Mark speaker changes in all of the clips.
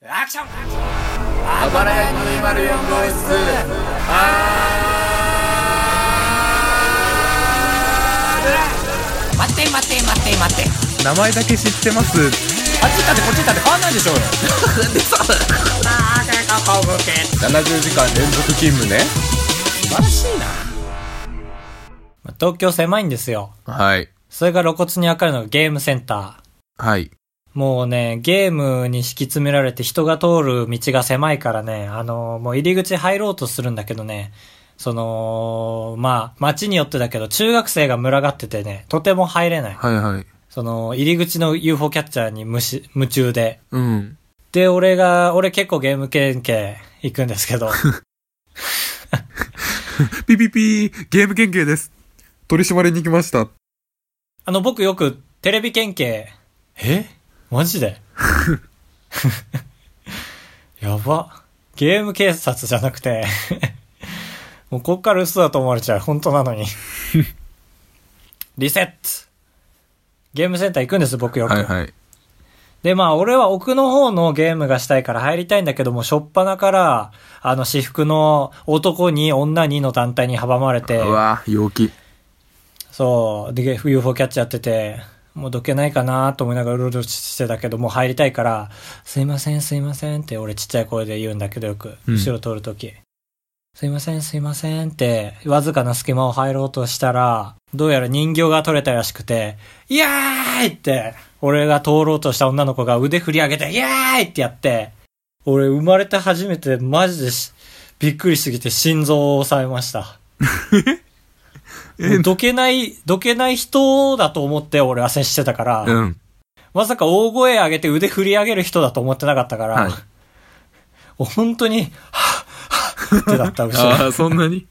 Speaker 1: アクション
Speaker 2: あばらや204号室
Speaker 1: 待って待って待って待って
Speaker 3: 名前だけ知ってます
Speaker 1: あっち行ったってこっち行ったって変わんないで しょうよ
Speaker 3: 70時間連続勤務ね
Speaker 1: 素晴らしいな、まあ東京狭いんですよ
Speaker 3: はい
Speaker 1: それが露骨にわかるのがゲームセンター
Speaker 3: はい
Speaker 1: もうね、ゲームに敷き詰められて人が通る道が狭いからね、あの、もう入り口入ろうとするんだけどね、その、まあ、街によってだけど、中学生が群がっててね、とても入れない。
Speaker 3: はいはい
Speaker 1: その、入り口の UFO キャッチャーに無し夢中で。
Speaker 3: うん
Speaker 1: で、俺が、俺結構ゲーム系系行くんですけど、
Speaker 3: ピピピーゲーム研究です取り締まりに来ました
Speaker 1: あの、僕よくテレビ県警。えマジ でやば。ゲーム警察じゃなくて、もうこっから嘘だと思われちゃう。本当なのに。リセットゲームセンター行くんです、僕よく。
Speaker 3: はいはい
Speaker 1: で、まあ、俺は奥の方のゲームがしたいから入りたいんだけども、しょっぱなから、あの、私服の男に女にの団体に阻まれて、
Speaker 3: うわ陽気
Speaker 1: そう。で、UFO キャッチやってて、もうどけないかなと思いながらうろうろしてたけど、もう入りたいから、すいません、すいませんって俺ちっちゃい声で言うんだけどよく、
Speaker 3: うん
Speaker 1: 後ろ通るとき。すいません、すいませんって、わずかな隙間を入ろうとしたら、どうやら人形が取れたらしくて、イエーイって、俺が通ろうとした女の子が腕振り上げて、イエーイってやって、俺生まれて初めてマジでしびっくりしすぎて心臓を押さえ ました。もうどけない、どけない人だと思って俺は接してたから、
Speaker 3: うん
Speaker 1: まさか大声上げて腕振り上げる人だと思ってなかったから、
Speaker 3: はい
Speaker 1: 本当に、はぁ、はぁってだ った、後
Speaker 3: あ
Speaker 1: ろ。
Speaker 3: あそんなに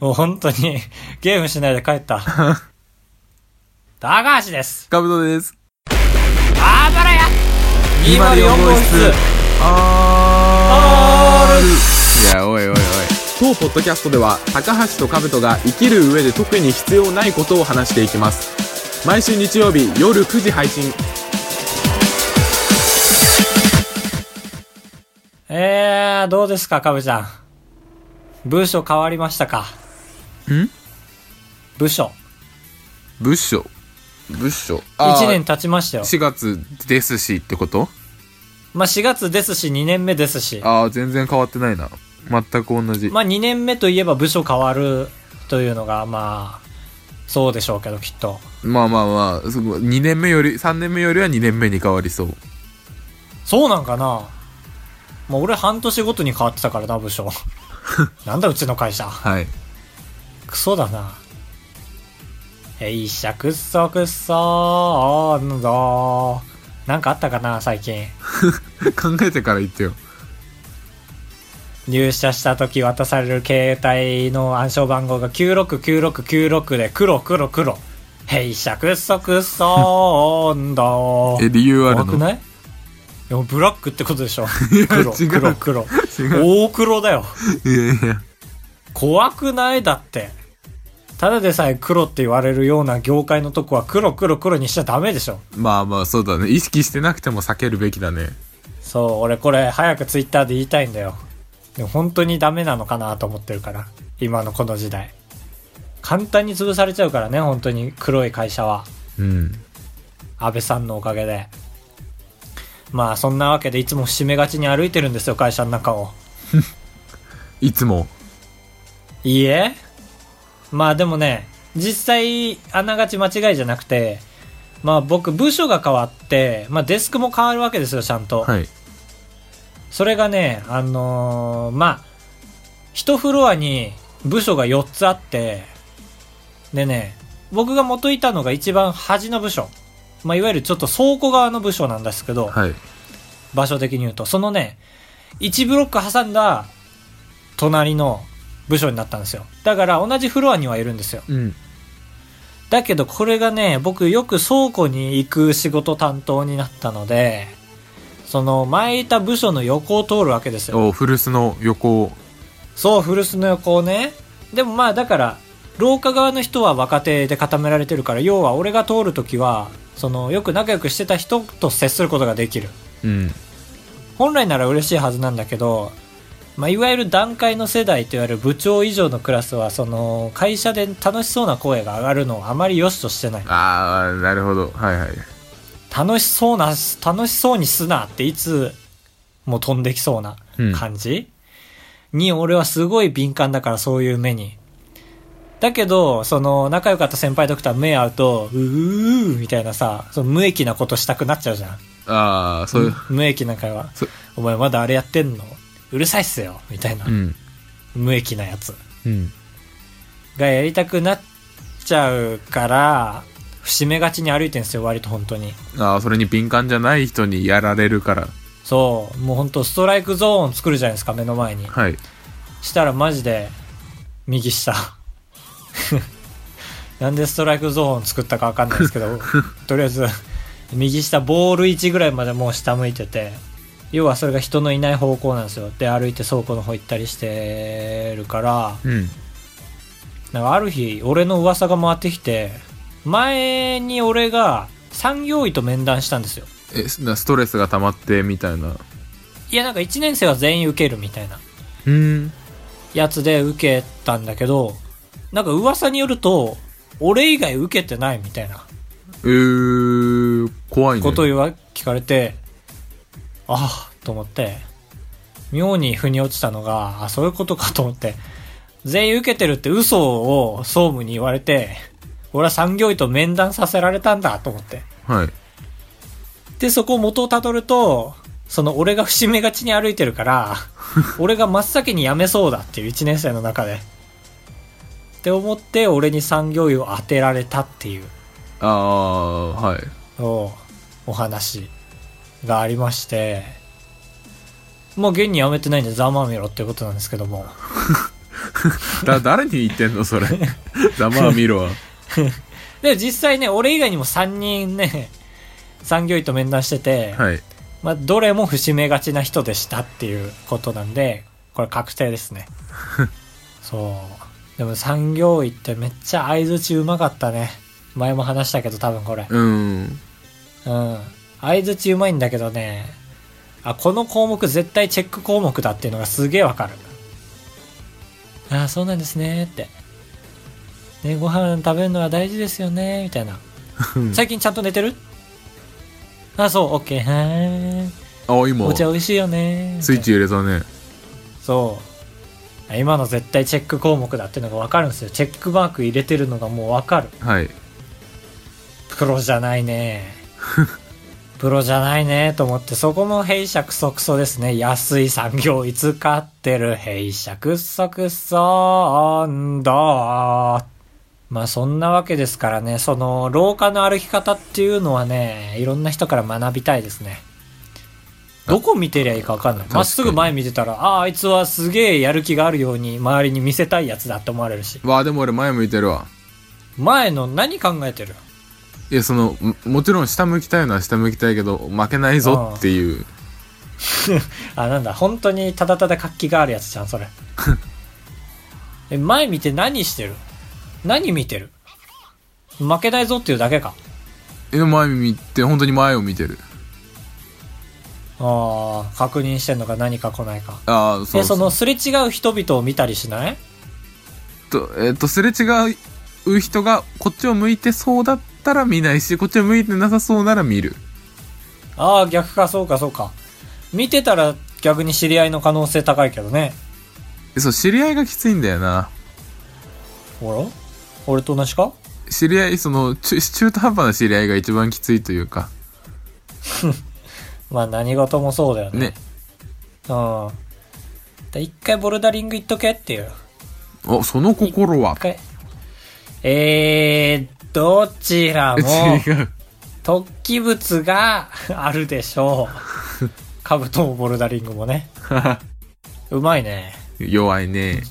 Speaker 1: もう本当に、ゲームしないで帰った。高橋です
Speaker 3: カブトです
Speaker 1: あばらや204号室
Speaker 3: あーいやおいおいおい当ポッドキャストでは高橋と兜が生きる上で特に必要ないことを話していきます毎週日曜日夜9時配信
Speaker 1: えー、どうですか、かぶちゃん。部署変わりましたか
Speaker 3: ん
Speaker 1: 部署。
Speaker 3: 物証物証
Speaker 1: 1年経ちましたよ。
Speaker 3: 4月ですしってこと
Speaker 1: まあ、4月ですし、2年目ですし。
Speaker 3: ああ全然変わってないな全く同じ
Speaker 1: まあ2年目といえば部署変わるというのがまあそうでしょうけどきっと
Speaker 3: まあまあまあそこ2年目より3年目よりは2年目に変わりそう
Speaker 1: そうなんかなまあ俺半年ごとに変わってたからな部署なんだうちの会 社
Speaker 3: はい
Speaker 1: クソだなえいしゃくっそくっそーんぞーなんかあったかな最近
Speaker 3: 考えてから言ってよ
Speaker 1: 入社した時渡される携帯の暗証番号が969696で黒黒黒へいしゃくっそくっそーんどー
Speaker 3: え理由ある
Speaker 1: 怖く
Speaker 3: の
Speaker 1: ないいやもうブラックってこと でしょ
Speaker 3: や
Speaker 1: 黒
Speaker 3: 違う
Speaker 1: 黒黒
Speaker 3: 違
Speaker 1: 大黒だよ
Speaker 3: いやいや
Speaker 1: 怖くないだってただでさえ黒って言われるような業界のとこは黒黒黒にしちゃダメでしょ
Speaker 3: まあまあそうだね意識してなくても避けるべきだね
Speaker 1: そう俺これ早くツイッターで言いたいんだよでも本当にダメなのかなと思ってるから今のこの時代簡単に潰されちゃうからね本当に黒い会社は
Speaker 3: うん
Speaker 1: 安倍さんのおかげでまあそんなわけでいつも締めがちに歩いてるんですよ会社の中を
Speaker 3: いつも
Speaker 1: いいえ。まあでもね、実際、あながち間違いじゃなくて、まあ僕、部署が変わって、まあデスクも変わるわけですよ、ちゃんと。
Speaker 3: はい
Speaker 1: それがね、あのーまあ、一フロアに部署が4つあって、でね、僕が元いたのが一番端の部署。まあいわゆるちょっと倉庫側の部署なんですけど、
Speaker 3: はい
Speaker 1: 場所的に言うと、そのね、1ブロック挟んだ隣の部署になったんですよ。だから同じフロアにはいるんですよ。
Speaker 3: うん
Speaker 1: だけどこれがね、僕よく倉庫に行く仕事担当になったので、その前いた部署の横を通るわけですよ。
Speaker 3: お古巣の横を
Speaker 1: そう、古巣の横をね。でもまあだから、廊下側の人は若手で固められてるから、要は俺が通るときは、そのよく仲良くしてた人と接することができる。
Speaker 3: うん
Speaker 1: 本来なら嬉しいはずなんだけど、まあ、いわゆる団塊の世代といわれる部長以上のクラスはその会社で楽しそうな声が上がるのをあまり良しとしてない
Speaker 3: ああ、なるほど。はいはい。
Speaker 1: 楽しそうな楽しそうにすなっていつも飛んできそうな感じ、に俺はすごい敏感だからそういう目にだけどその仲良かった先輩とかとは目合うとうーうみたいなさその無益なことしたくなっちゃうじゃん
Speaker 3: ああ、そういう。
Speaker 1: 無益な会話
Speaker 3: そ
Speaker 1: お前まだあれやってんのうるさいっすよみたいな、
Speaker 3: うん。
Speaker 1: 無益なやつ
Speaker 3: うん。
Speaker 1: がやりたくなっちゃうから節目がちに歩いてんすよ割と本当に
Speaker 3: ああ、それに敏感じゃない人にやられるから。
Speaker 1: そうもう本当ストライクゾーン作るじゃないですか目の前に
Speaker 3: はい。
Speaker 1: したらマジで右下 なんでストライクゾーン作ったかわかんないですけどとりあえず右下ボール1ぐらいまでもう下向いてて要はそれが人のいない方向なんですよで歩いて倉庫の方行ったりしてるから
Speaker 3: うん。
Speaker 1: なんかある日俺の噂が回ってきて前に俺が産業医と面談したんですよ
Speaker 3: え、すなストレスが溜まってみたいな。
Speaker 1: いやなんか1年生は全員受けるみたいな
Speaker 3: うん。
Speaker 1: やつで受けたんだけどなんか噂によると俺以外受けてないみたいな
Speaker 3: えー、怖いね。
Speaker 1: ことを言わ聞かれてああと思って妙に腑に落ちたのがあそういうことかと思って全員受けてるって嘘を総務に言われて俺は産業医と面談させられたんだと思って
Speaker 3: はい。
Speaker 1: で、そこを元をたどると、その俺が節目がちに歩いて るから、俺が真っ先に辞めそうだっていう1年生の中で。って思って、俺に産業医を当てられたっていう、
Speaker 3: ああ、はい。
Speaker 1: おお話がありまして、もう現に辞めてないんでざまあみろっていうことなんですけども。
Speaker 3: だ、誰に言ってんのそれ。 ざまあみろは。
Speaker 1: で、実際ね、俺以外にも3人ね、産業医と面談してて、
Speaker 3: はい。
Speaker 1: まあ、どれも節目がちな人でしたっていうことなんで、これ確定 ですね。そう。でも産業医ってめっちゃ相づちうまかったね。前も話したけど多分これ。
Speaker 3: うん。
Speaker 1: うん。相づちうまいんだけどね、あ、この項目絶対チェック項目だっていうのがすげえわかる。あそうなんですねって。ね、ご飯食べるのは大事ですよねみたいな。最近ちゃんと寝てるあ、そう、オッケー、はーい。
Speaker 3: あ、今
Speaker 1: お、茶美味しいよね
Speaker 3: スイッチ入れたね。
Speaker 1: そう今の絶対チェック項目だっていうのが分かるんですよチェックマーク入れてるのがもう分かる
Speaker 3: はい。
Speaker 1: プロじゃないね プロじゃないねと思ってそこも弊社クソクソですね安い産業いつ買ってる弊社クソクソ温度まあそんなわけですからねその廊下の歩き方っていうのはねいろんな人から学びたいですねどこ見てりゃいいか分かんない
Speaker 3: 確かに
Speaker 1: まっすぐ前見てたらあああいつはすげえやる気があるように周りに見せたいやつだって思われるし
Speaker 3: わあ、でも俺前向いてるわ。
Speaker 1: 前の何考えてる
Speaker 3: いや、その、ももちろん下向きたいのは下向きたいけど、負けないぞっていう。
Speaker 1: あ、なんだ、本当にただただ活気があるやつじゃん、それ。え、前見て何してる何見てる負けないぞっていうだけか。
Speaker 3: え、前見て、本当に前を見てる。
Speaker 1: ああ、確認してんのか何か来ないか。
Speaker 3: ああ、そ
Speaker 1: で、
Speaker 3: う
Speaker 1: そ
Speaker 3: そう。
Speaker 1: のすれ違う人々を見たりしない
Speaker 3: と、えっ、と、すれ違う人が、こっちを向いてそうだったら見ないし、こっちを向いてなさそうなら見る。
Speaker 1: ああ、逆か、そうか、そうか。見てたら逆に知り合いの可能性高いけどね。
Speaker 3: えそう、知り合いがきついんだよな。
Speaker 1: ほら俺と同じか
Speaker 3: 知り合い、その、中中途半端な知り合いが一番きついというか。
Speaker 1: まあ何事もそうだよね。
Speaker 3: ね。
Speaker 1: うん。で一回ボルダリング行っとけっていう。
Speaker 3: お、その心は
Speaker 1: 一。回えー、どちらも
Speaker 3: 違う。
Speaker 1: 突起物が あるでしょ う。カブトもボルダリングもね。うまいね。
Speaker 3: 弱いね。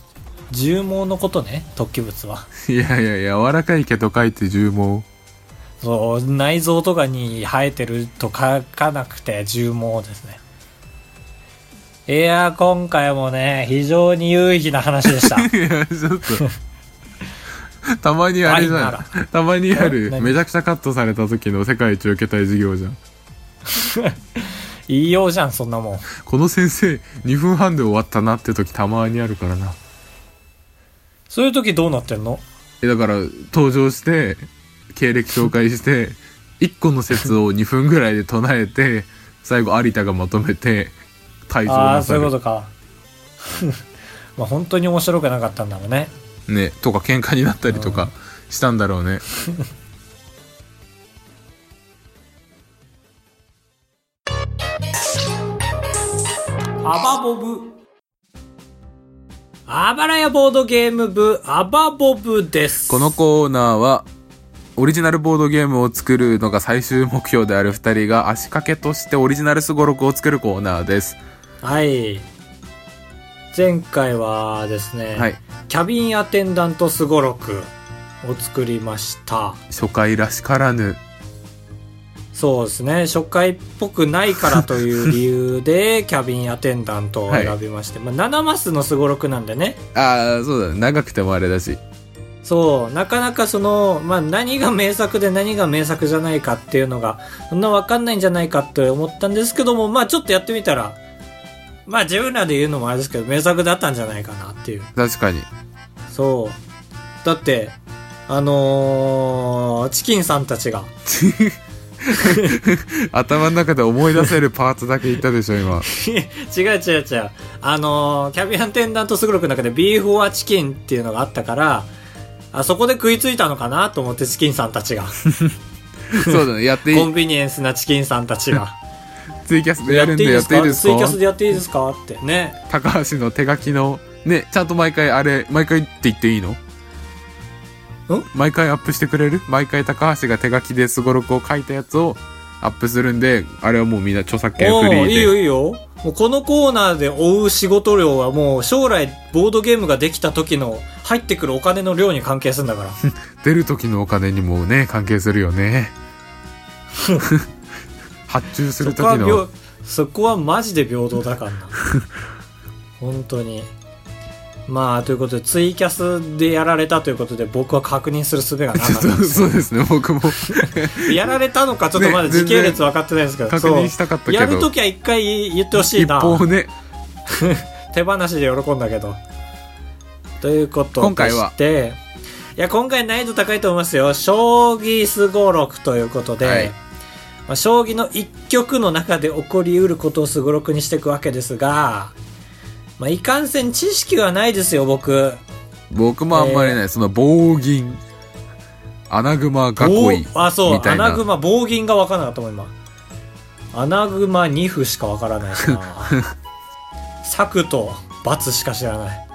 Speaker 1: 重毛のことね、突起物は。
Speaker 3: いやいや、柔らかいけど書いて重毛。
Speaker 1: そう、内臓とかに生えてると書かなくて重毛ですね。いやー、今回もね、非常に有意義な話でした。
Speaker 3: いや、ちょっと。たまにあれじゃ
Speaker 1: 愛
Speaker 3: ん。たまにある
Speaker 1: え、何
Speaker 3: めちゃくちゃカットされた時の世界一受けたい授業じゃん。
Speaker 1: 言いようじゃん、そんなもん。
Speaker 3: この先生2分半で終わったなって時たまにあるからな
Speaker 1: そういう時どうなってんの
Speaker 3: えだから登場して経歴紹介して1個の説を2分ぐらいで唱えて最後有田がまとめて退場
Speaker 1: ああー、
Speaker 3: な
Speaker 1: そ
Speaker 3: さ
Speaker 1: うい
Speaker 3: る
Speaker 1: うことか。 まあ本当に面白くなかったんだろうね。
Speaker 3: ねとか喧嘩になったりとかしたんだろうね
Speaker 1: アバボブ。あばらやボードゲーム部、アバボブです。
Speaker 3: このコーナーはオリジナルボードゲームを作るのが最終目標である2人が足掛けとしてオリジナルすごろくを作るコーナーです
Speaker 1: はい。前回はですね、
Speaker 3: はい
Speaker 1: キャビンアテンダントすごろくを作りました。
Speaker 3: 初回らしからぬ
Speaker 1: そうですね、初回っぽくないからという理由 で、キャビンアテンダントを選びまして、まあ、7マスのすごろくなんでね、
Speaker 3: ああそうだね長くてもあれだし
Speaker 1: そう、なかなかその、まあ、何が名作で何が名作じゃないかっていうのが、そんなわかんないんじゃないかって思ったんですけども、まあ、ちょっとやってみたら、まあ、自分らで言うのもあれですけど、名作だったんじゃないかなっていう。
Speaker 3: 確かに
Speaker 1: そう。だって、あのーチキンさんたちが、
Speaker 3: 頭の中で思い出せるパーツだけ言ったでしょ 今
Speaker 1: 違う違う違う。あのーキャビアンテンダントスゴロクの中でビーフォアチキンっていうのがあったから、あそこで食いついたのかなと思ってチキンさんたちが。
Speaker 3: そうだねやってい
Speaker 1: コ
Speaker 3: い
Speaker 1: ンビニエンスなチキンさんたちが。
Speaker 3: ツイキャスでやるんでやっていいです
Speaker 1: ツイキャ
Speaker 3: か
Speaker 1: スでやっていいですかって。ね。
Speaker 3: 高橋の手書きのねちゃんと毎回あれ毎回って言っていいの毎回アップしてくれる毎回高橋が手書きですごろくを書いたやつをアップするんであれはもうみんな著作権
Speaker 1: お
Speaker 3: フリー
Speaker 1: ー
Speaker 3: で
Speaker 1: いいよいいよ。もうこのコーナーで追う仕事量はもう将来ボードゲームができた時の入ってくるお金の量に関係するん だから。
Speaker 3: 出る時のお金にもね関係するよ ね発注する
Speaker 1: そこは
Speaker 3: 時の
Speaker 1: 平そこはマジで平等だからな本当にまあということでツイキャスでやられたということで僕は確認する術がなかっ
Speaker 3: ちょったと
Speaker 1: んです
Speaker 3: そう
Speaker 1: よ
Speaker 3: ですね僕も
Speaker 1: やられたのかちょっとまだ
Speaker 3: ね
Speaker 1: 時系列分かってないですけど、
Speaker 3: 確認したかったけど
Speaker 1: そうやるときは一回言ってほしい
Speaker 3: 一
Speaker 1: な
Speaker 3: 方ね
Speaker 1: 手放しで喜んだけどということ
Speaker 3: 今回は
Speaker 1: としていや今回難易度高いと思いますよ将棋すごろくということで、
Speaker 3: はい
Speaker 1: まあ、将棋の一局の中で起こりうることをすごろくにしていくわけですが、まあ、いかんせん知識はないですよ僕
Speaker 3: 僕もあんまりね、その棒銀穴熊囲い
Speaker 1: 棒あそう
Speaker 3: みたいな
Speaker 1: 穴熊棒銀が分からなかったもん今穴熊2歩しか 分からないしな策と罰しか知らない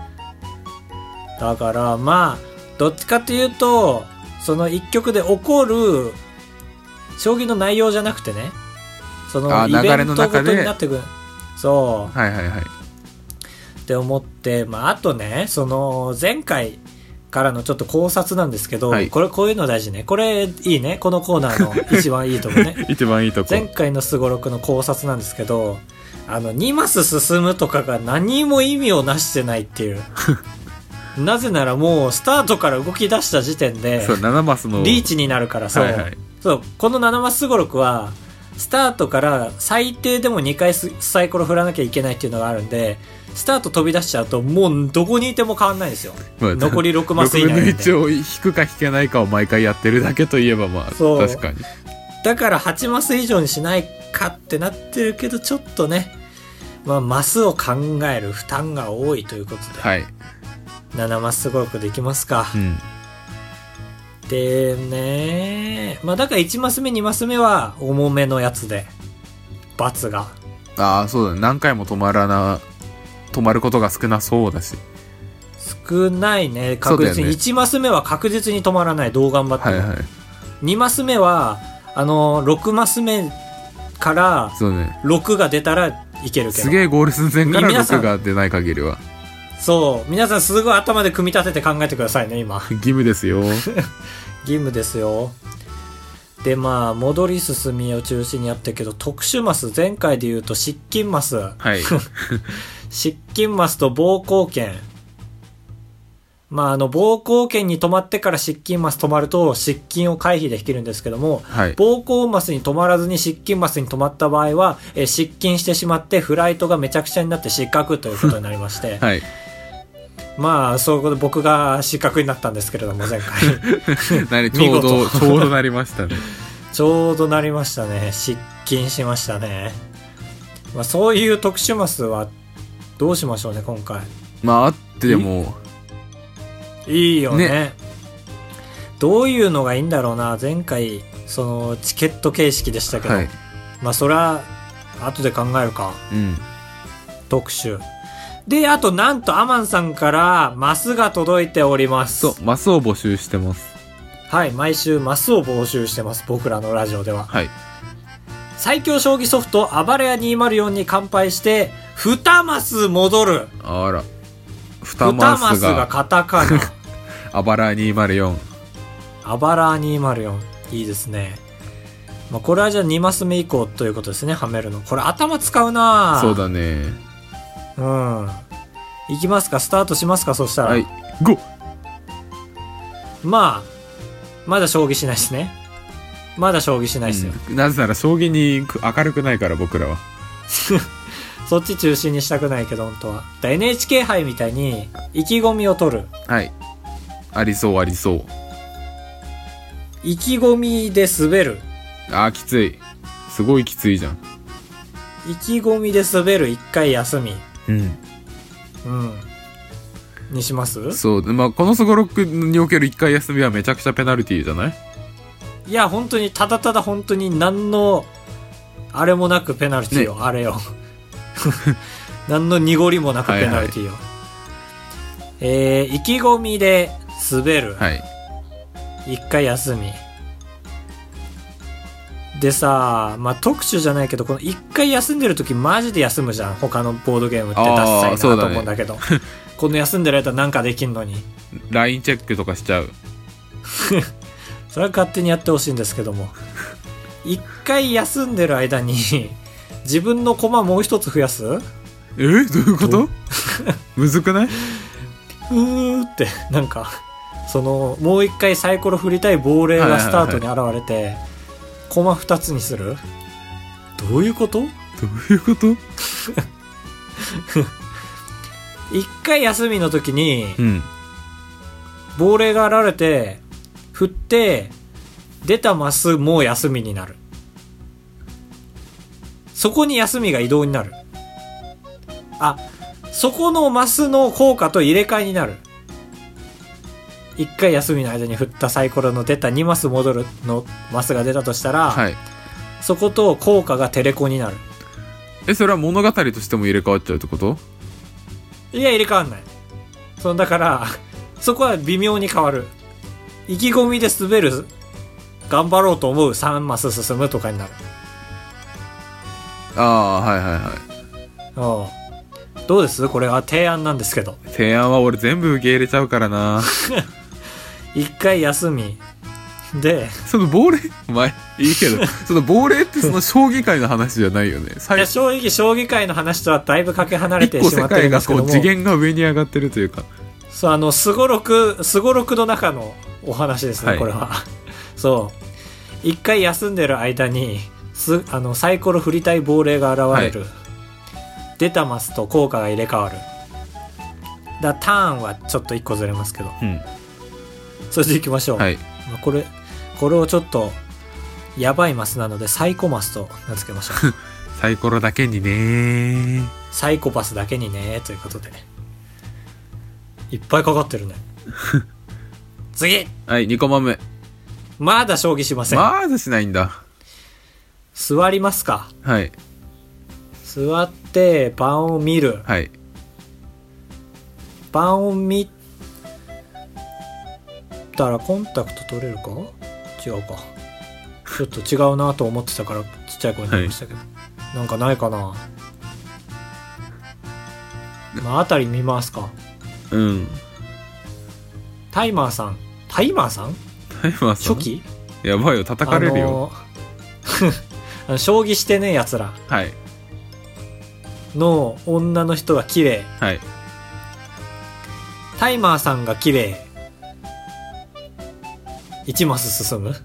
Speaker 1: だからまあどっちかっていうとその一局で起こる将棋の内容じゃなくてねその
Speaker 3: あ
Speaker 1: イ
Speaker 3: 流
Speaker 1: ベ
Speaker 3: れ
Speaker 1: ン
Speaker 3: の
Speaker 1: トご
Speaker 3: 中
Speaker 1: と
Speaker 3: で
Speaker 1: になってくるそう
Speaker 3: はいはいはい
Speaker 1: って思って、まあ、あとね、その、前回からのちょっと考察なんですけど、
Speaker 3: はい
Speaker 1: これ、こういうの大事ね。これ、いいね。このコーナ ーの一番いいとこね。
Speaker 3: 一番いいと
Speaker 1: 前回のすごろくの考察なんですけど、あの、2マス進むとかが何も意味をなしてないっ ていう。なぜならもう、スタートから動き出した時点で
Speaker 3: そ、う7マスの
Speaker 1: リーチになるから、そう。
Speaker 3: はいはい
Speaker 1: そう、この7マスゴロクは、スタートから最低でも2回すサイコロ振らなきゃいけないっていうのがあるんで、スタート飛び出しちゃうと、もうどこにいても変わんないんですよ。
Speaker 3: まあ
Speaker 1: 残り6マス以
Speaker 3: 6分
Speaker 1: 内
Speaker 3: の
Speaker 1: なん
Speaker 3: 1
Speaker 1: で。
Speaker 3: を引くか引けないかを毎回やってるだけといえばまあ
Speaker 1: そう
Speaker 3: 確かに
Speaker 1: だから8マス以上にしないかってなってるけど、ちょっとね、まあ、マスを考える負担が多いということで、
Speaker 3: はい、
Speaker 1: 7マスゴロクでいきますか。
Speaker 3: うん、
Speaker 1: でね、まあだから1マス目、2マス目は重めのやつで、罰が。
Speaker 3: ああそうだね何回も止まらな止まることが少なそうだし
Speaker 1: 少ないね確
Speaker 3: そうだ
Speaker 1: 実
Speaker 3: よ
Speaker 1: に、
Speaker 3: ね
Speaker 1: 1マス目は確実に止まらないどう頑張って
Speaker 3: はい
Speaker 1: も、
Speaker 3: はい
Speaker 1: 2マス目はあのー6マス目から
Speaker 3: そうね
Speaker 1: 6が出たらいけるけど
Speaker 3: すげえゴール寸前から
Speaker 1: 皆さん
Speaker 3: 6が出ない限りは
Speaker 1: そう皆さんすごい頭で組み立てて考えてくださいね今
Speaker 3: 義務ですよ
Speaker 1: 義務ですよでまあ戻り進みを中心にやってるけど特殊マス前回で言うと失禁マス
Speaker 3: はい
Speaker 1: 失禁マスと暴行剣まあ、あの、膀胱圏に止まってから湿筋マス止まると、湿筋を回避できるんですけども、
Speaker 3: はい
Speaker 1: 膀胱マスに止まらずに湿筋マスに止まった場合は、えー失禁してしまって、フライトがめちゃくちゃになって失格ということになりまして、
Speaker 3: はい。
Speaker 1: まあ、そういうことで僕が失格になったんですけれども、前回。
Speaker 3: なにち
Speaker 1: 見
Speaker 3: ょうど、
Speaker 1: 事
Speaker 3: ちょうどなりました ね。
Speaker 1: ちょうどなりましたね。失禁しましたね。まあ、そういう特殊マスは、どうしましょうね、今回。
Speaker 3: まあ、あってでも、
Speaker 1: いいよね
Speaker 3: ね
Speaker 1: どういうのがいいんだろうな前回そのチケット形式でしたけど、
Speaker 3: はい。
Speaker 1: まあそれは後で考えるか
Speaker 3: うん。
Speaker 1: 特集であとなんとアマンさんからマスが届いております
Speaker 3: そう、マスを募集してます。
Speaker 1: はい毎週マスを募集してます僕らのラジオでは
Speaker 3: はい。
Speaker 1: 最強将棋ソフト暴れ屋204に乾杯して2マス戻る
Speaker 3: あら。二
Speaker 1: 2
Speaker 3: マ
Speaker 1: マ
Speaker 3: ス
Speaker 1: スが
Speaker 3: が、
Speaker 1: カタカナ
Speaker 3: あばら204。
Speaker 1: アバラー204。いいですね。まあ、これはじゃあ2マス目以降ということですね、はめるの。これ頭使うなぁ
Speaker 3: そう。だね。
Speaker 1: うん。いきますか、スタートしますか、そしたら。
Speaker 3: はい。5!
Speaker 1: まあ、まだ将棋しないですね。まだ将棋しないですよ。
Speaker 3: うんなぜなら将棋に明るくないから僕らは。
Speaker 1: そっち中心にしたくないけど、本当は。だから NHK 杯みたいに、意気込みを取る。
Speaker 3: はい。ありそうありそう。
Speaker 1: 意気込みで滑る。
Speaker 3: あーきつい。すごいきついじゃん。
Speaker 1: 意気込みで滑る、一回休み。
Speaker 3: うん。
Speaker 1: うん。にします
Speaker 3: そう。まあ、このスゴロックにおける一回休みはめちゃくちゃペナルティーじゃない
Speaker 1: いや、本当に、ただただ本当に何の、あれもなくペナルティーよ、あれよ。 何の濁りもなくペナルティーよ。えー、意気込みで滑る。
Speaker 3: はい。
Speaker 1: 一回休み。でさ、まあ、特殊じゃないけど、この一回休んでる時マジで休むじゃん。他のボードゲームって
Speaker 3: あー
Speaker 1: ダッサいな
Speaker 3: そうだ
Speaker 1: と
Speaker 3: ね
Speaker 1: 思うんだけ ど。この休んでる間なんかできんのに。
Speaker 3: ラインチェックとかしちゃう。
Speaker 1: それは勝手にやってほしいんですけども一回休んでる間に自分の駒もう一つ増やすう
Speaker 3: えーどういうことむずくない
Speaker 1: ーってなんかそのもう一回サイコロ振りたい亡霊がスタートに現れて、駒二つにするどういうこと
Speaker 3: どういうこと
Speaker 1: 一回休みの時に
Speaker 3: うん。
Speaker 1: 亡霊が現れて振って出たマスもう休みになるそこに休みが移動になるあそこのマスの効果と入れ替えになる一回休みの間に振ったサイコロの出た2マス戻るのマスが出たとしたら、
Speaker 3: はい。
Speaker 1: そこと効果がテレコになる
Speaker 3: え、それは物語としても入れ替わっちゃうってこと
Speaker 1: いや入れ替わんないそのだからそこは微妙に変わる意気込みで滑る頑張ろうと思う3マス進むとかになる
Speaker 3: ああ、はいはいは
Speaker 1: うんどうですこれは提案なんですけど
Speaker 3: い。提案は俺全部受け入れちゃうからな。
Speaker 1: 一回休みで
Speaker 3: その亡霊、まあ、いいけ ど、その亡霊ってその将棋界の話じゃないよね。
Speaker 1: い
Speaker 3: 最
Speaker 1: や正直将棋界の話とはだいぶかけ離れて
Speaker 3: 一個
Speaker 1: しま
Speaker 3: 世
Speaker 1: ってる
Speaker 3: 界
Speaker 1: んで
Speaker 3: が
Speaker 1: すけ
Speaker 3: こ
Speaker 1: ど
Speaker 3: う
Speaker 1: も
Speaker 3: 次元が上に上がってるというか。
Speaker 1: そうあのすごろくすごろくの中のお話ですね、
Speaker 3: はい
Speaker 1: これは そう一回休んでる間にすあのサイコロ振りたい亡霊が現れる、出たますと効果が入れ替わるだターンはちょっと一個ずれますけど
Speaker 3: うん。
Speaker 1: それでいきましょう、
Speaker 3: はい。
Speaker 1: まあこれこれをちょっとやばいマスなのでサイコマスと名付けましょう
Speaker 3: サイコロだけにね
Speaker 1: サイコパスだけにねということでいっぱいかかっ てるね次
Speaker 3: はい、2コマ目。
Speaker 1: まだ将棋しません、
Speaker 3: まずしないんだ。
Speaker 1: 座りますか
Speaker 3: はい。
Speaker 1: 座って盤を見る
Speaker 3: はい。
Speaker 1: 盤を見たらコンタクト取れるか違うかちょっと違うなと思ってたからちっちゃい声になりましたけど、なんかないかなまあ辺り見ますか
Speaker 3: うん。
Speaker 1: タイマーさんタイマーさん
Speaker 3: タイマーさん
Speaker 1: 初期
Speaker 3: やばいよ、叩かれるよ。
Speaker 1: あの あの将棋してねえやつら
Speaker 3: はい。
Speaker 1: の女の人が綺麗
Speaker 3: はい。
Speaker 1: タイマーさんが綺麗1マス進む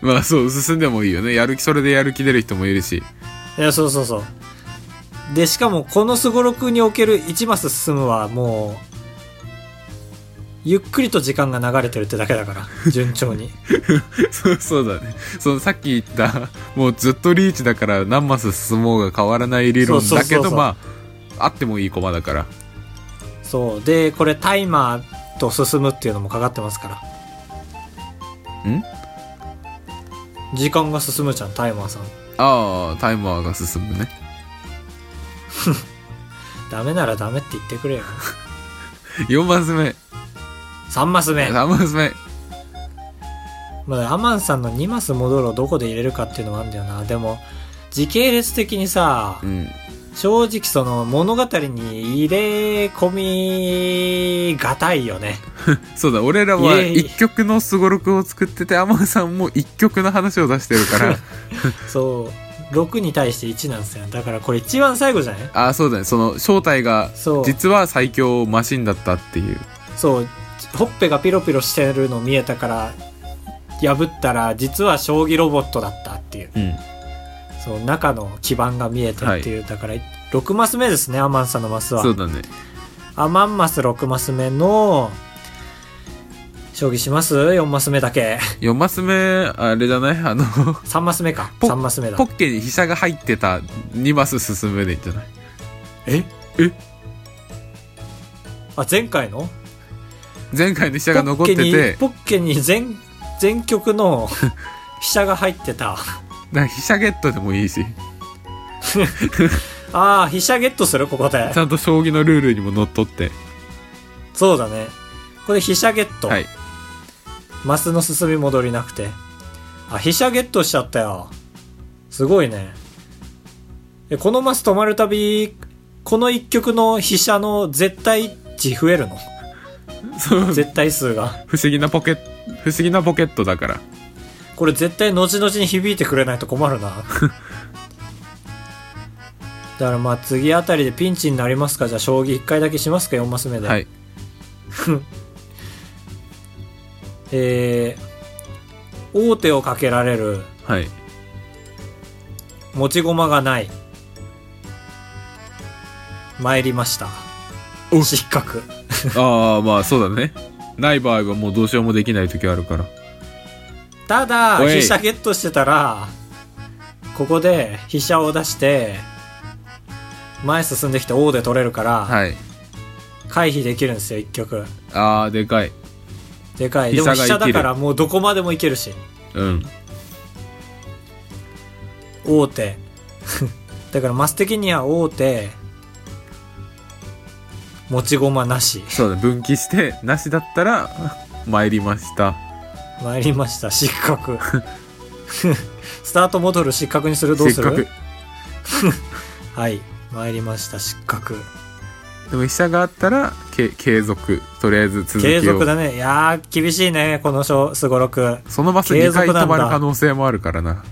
Speaker 3: まあそう進んでもいいよねやる気それでやる気出る人もいるし
Speaker 1: いやそうそうそうでしかもこのすごろくにおける1マス進むはもうゆっくりと時間が流れてるってだけだから順調に
Speaker 3: そう そうだねそのさっき言ったもうずっとリーチだから何マス進もうが変わらない理論
Speaker 1: そうそう
Speaker 3: だ
Speaker 1: そ
Speaker 3: け
Speaker 1: うそう
Speaker 3: どまああってもいい駒だから
Speaker 1: そうでこれタイマーと進むっていうのもかかってますから
Speaker 3: ん
Speaker 1: 時間が進むじゃんタイマーさん
Speaker 3: ああタイマーが進むね
Speaker 1: ダメならダメって言ってくれよ
Speaker 3: 4マス目
Speaker 1: 3マス目、
Speaker 3: 3マス目
Speaker 1: まあ、アマンさんの2マス戻るをどこで入れるかっていうのもあるんだよなでも時系列的にさ
Speaker 3: うん
Speaker 1: 正直その物語に入れ込みがたいよね
Speaker 3: そうだ俺らは
Speaker 1: イエイ
Speaker 3: 1曲のすごろくを作っててアマンさんも1曲の話を出してるから
Speaker 1: そう6に対して1なんですよだからこれ一番最後じゃない
Speaker 3: ああそうだねその正体が
Speaker 1: そう
Speaker 3: 実は最強マシンだったっていう
Speaker 1: そうほっぺがピロピロしてるの見えたから破ったら実は将棋ロボットだったっていう
Speaker 3: うん
Speaker 1: そう中の基盤が見えてっていう、だから6マス目ですねアマンさんのマスは
Speaker 3: そうだね
Speaker 1: アマンマス6マス目の将棋します4マス目だけ
Speaker 3: 4マス目あれじゃないあの
Speaker 1: 3マス目か
Speaker 3: ポ
Speaker 1: 3マス目だ
Speaker 3: ポッケに飛車が入ってた2マス進むでいいんじゃない
Speaker 1: え
Speaker 3: え
Speaker 1: あ前回の
Speaker 3: 前回の飛車が残ってて
Speaker 1: ポッケにポッケに全全曲の 飛車が入ってた
Speaker 3: だから飛車ゲットでもいいし
Speaker 1: ああ飛車ゲットするここで
Speaker 3: ちゃんと将棋のルールにものっとって
Speaker 1: そうだねこれ飛車ゲット、
Speaker 3: はい
Speaker 1: マスの進み戻りなくてあ飛車ゲットしちゃったよすごいねえこのマス止まるたびこの一曲の飛車の絶対値増えるの
Speaker 3: そう
Speaker 1: 絶対数が
Speaker 3: 不思議なポケ不思議なポケットだから
Speaker 1: これ絶対後々に響いてくれないと困 るなだからまあ次あたりでピンチになりますかじゃあ将棋1回だけしますか4マス目で、
Speaker 3: はい
Speaker 1: えー、王手をかけられる
Speaker 3: はい
Speaker 1: 持ち駒がない参りました
Speaker 3: お
Speaker 1: 失格
Speaker 3: ああまあそうだねない場合はもうどうしようもできない時あるから
Speaker 1: ただ
Speaker 3: おい
Speaker 1: 飛車ゲットしてたらここで飛車を出して前進んできて王で取れるから、
Speaker 3: はい
Speaker 1: 回避できるんですよ一局
Speaker 3: ああでかい
Speaker 1: でかいで
Speaker 3: 飛
Speaker 1: も
Speaker 3: 車が
Speaker 1: 飛
Speaker 3: 生き
Speaker 1: 車だ
Speaker 3: る
Speaker 1: からもうどこまでもいけるし
Speaker 3: うん
Speaker 1: 王手 だからマス的には王手持ち駒なし
Speaker 3: そうだ分岐してなしだったら参りました
Speaker 1: 参りました失格スタート戻る失格にするどうす
Speaker 3: せっかく
Speaker 1: るはい参りました失格
Speaker 3: でも飛車があったらけ継続とりあえず続きを
Speaker 1: 継続だねいやー厳しいねこの書すごろく
Speaker 3: そのマス
Speaker 1: 継
Speaker 3: 2
Speaker 1: 続
Speaker 3: 回
Speaker 1: なんだ
Speaker 3: 止まる可能性もあるからな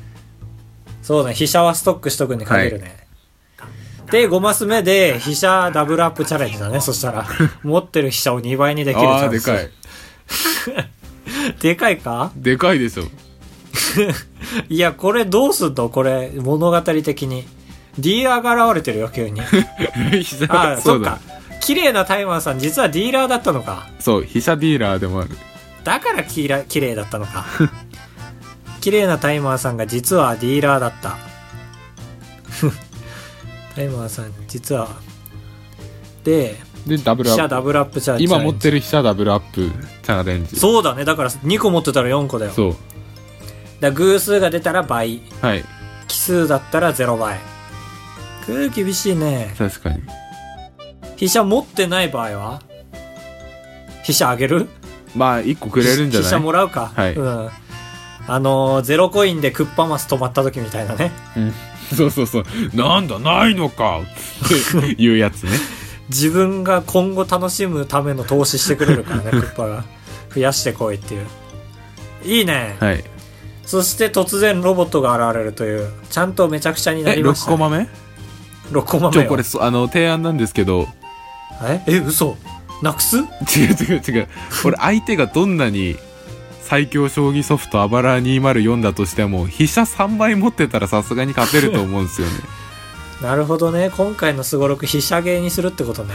Speaker 1: そうだね飛車はストックしとくに限るね、で5マス目で飛車ダブルアップチャレンジだねそしたら持ってる飛車を2倍にできるチ
Speaker 3: あ
Speaker 1: ャ
Speaker 3: あ
Speaker 1: ン
Speaker 3: で
Speaker 1: ス
Speaker 3: かい
Speaker 1: でかいか
Speaker 3: でかいでしょ
Speaker 1: いやこれどうすんのこれ物語的にディーラーが現れてるよ急に
Speaker 3: 飛車
Speaker 1: あ あ
Speaker 3: そ
Speaker 1: そうっ
Speaker 3: だ
Speaker 1: か綺麗なタイマーさん実はディーラーだったのか
Speaker 3: そう飛車ディーラーでもある
Speaker 1: だからきら綺麗だったのか 綺麗なタイマーさんが実はディーラーだった タイマーさん実はで
Speaker 3: でダブル
Speaker 1: 飛
Speaker 3: アッ
Speaker 1: 車
Speaker 3: プ
Speaker 1: ダブルアップチャージ
Speaker 3: 今持ってる飛車ダブルアップチャレンジ
Speaker 1: そうだねだから2個持ってたら4個だよだか
Speaker 3: そう
Speaker 1: ら偶数が出たら倍
Speaker 3: はい
Speaker 1: 奇数だったら0倍これ厳しいね
Speaker 3: 確かに
Speaker 1: 飛車持ってない場合は飛車あげる
Speaker 3: まあ1個くれるんじゃ
Speaker 1: 飛車
Speaker 3: ない
Speaker 1: もらうか、
Speaker 3: はい
Speaker 1: うんあのーゼロコインでクッパマス止まった時みたいなね
Speaker 3: そうそうそうなんだないのかっていうやつね
Speaker 1: 自分が今後楽しむための投資してくれる からねクッパが増やしてこいっていういいね、
Speaker 3: はい
Speaker 1: そして突然ロボットが現れるというちゃんとめちゃくちゃにな
Speaker 3: え
Speaker 1: りまし
Speaker 3: 6
Speaker 1: た、
Speaker 3: コマ
Speaker 1: ね、
Speaker 3: 目
Speaker 1: 6コマ目
Speaker 3: ちょ
Speaker 1: よ
Speaker 3: これそあの提案なんですけど
Speaker 1: ええ嘘なくす
Speaker 3: 違う違う違う俺相手がどんなに最強将棋ソフトあばら204だとしても飛車3倍持ってたらさすがに勝てると思うんですよね
Speaker 1: なるほどね今回のすごろく飛車芸にするっ てことね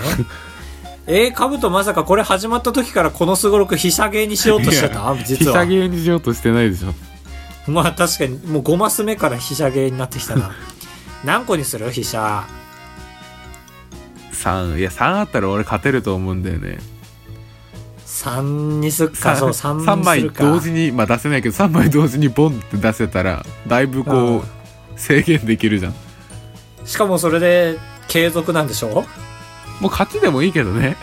Speaker 1: えー、カブトまさかこれ始まった時からこのすごろく飛車芸にしようとしてた
Speaker 3: 飛
Speaker 1: 実
Speaker 3: 車
Speaker 1: は
Speaker 3: 芸にしようとしてないでしょ
Speaker 1: まあ確かにもう5マス目から飛車芸になってき たな何個にする飛車
Speaker 3: 3いや3あったら俺勝てると思うんだよね
Speaker 1: 3にすっかそう3にするか
Speaker 3: 三枚同時にまあ出せないけど3枚同時にボンって出せたらだいぶこ
Speaker 1: うん
Speaker 3: う制限できるじゃん
Speaker 1: しかもそれで継続なんでしょ
Speaker 3: もう勝ちでもいいけどね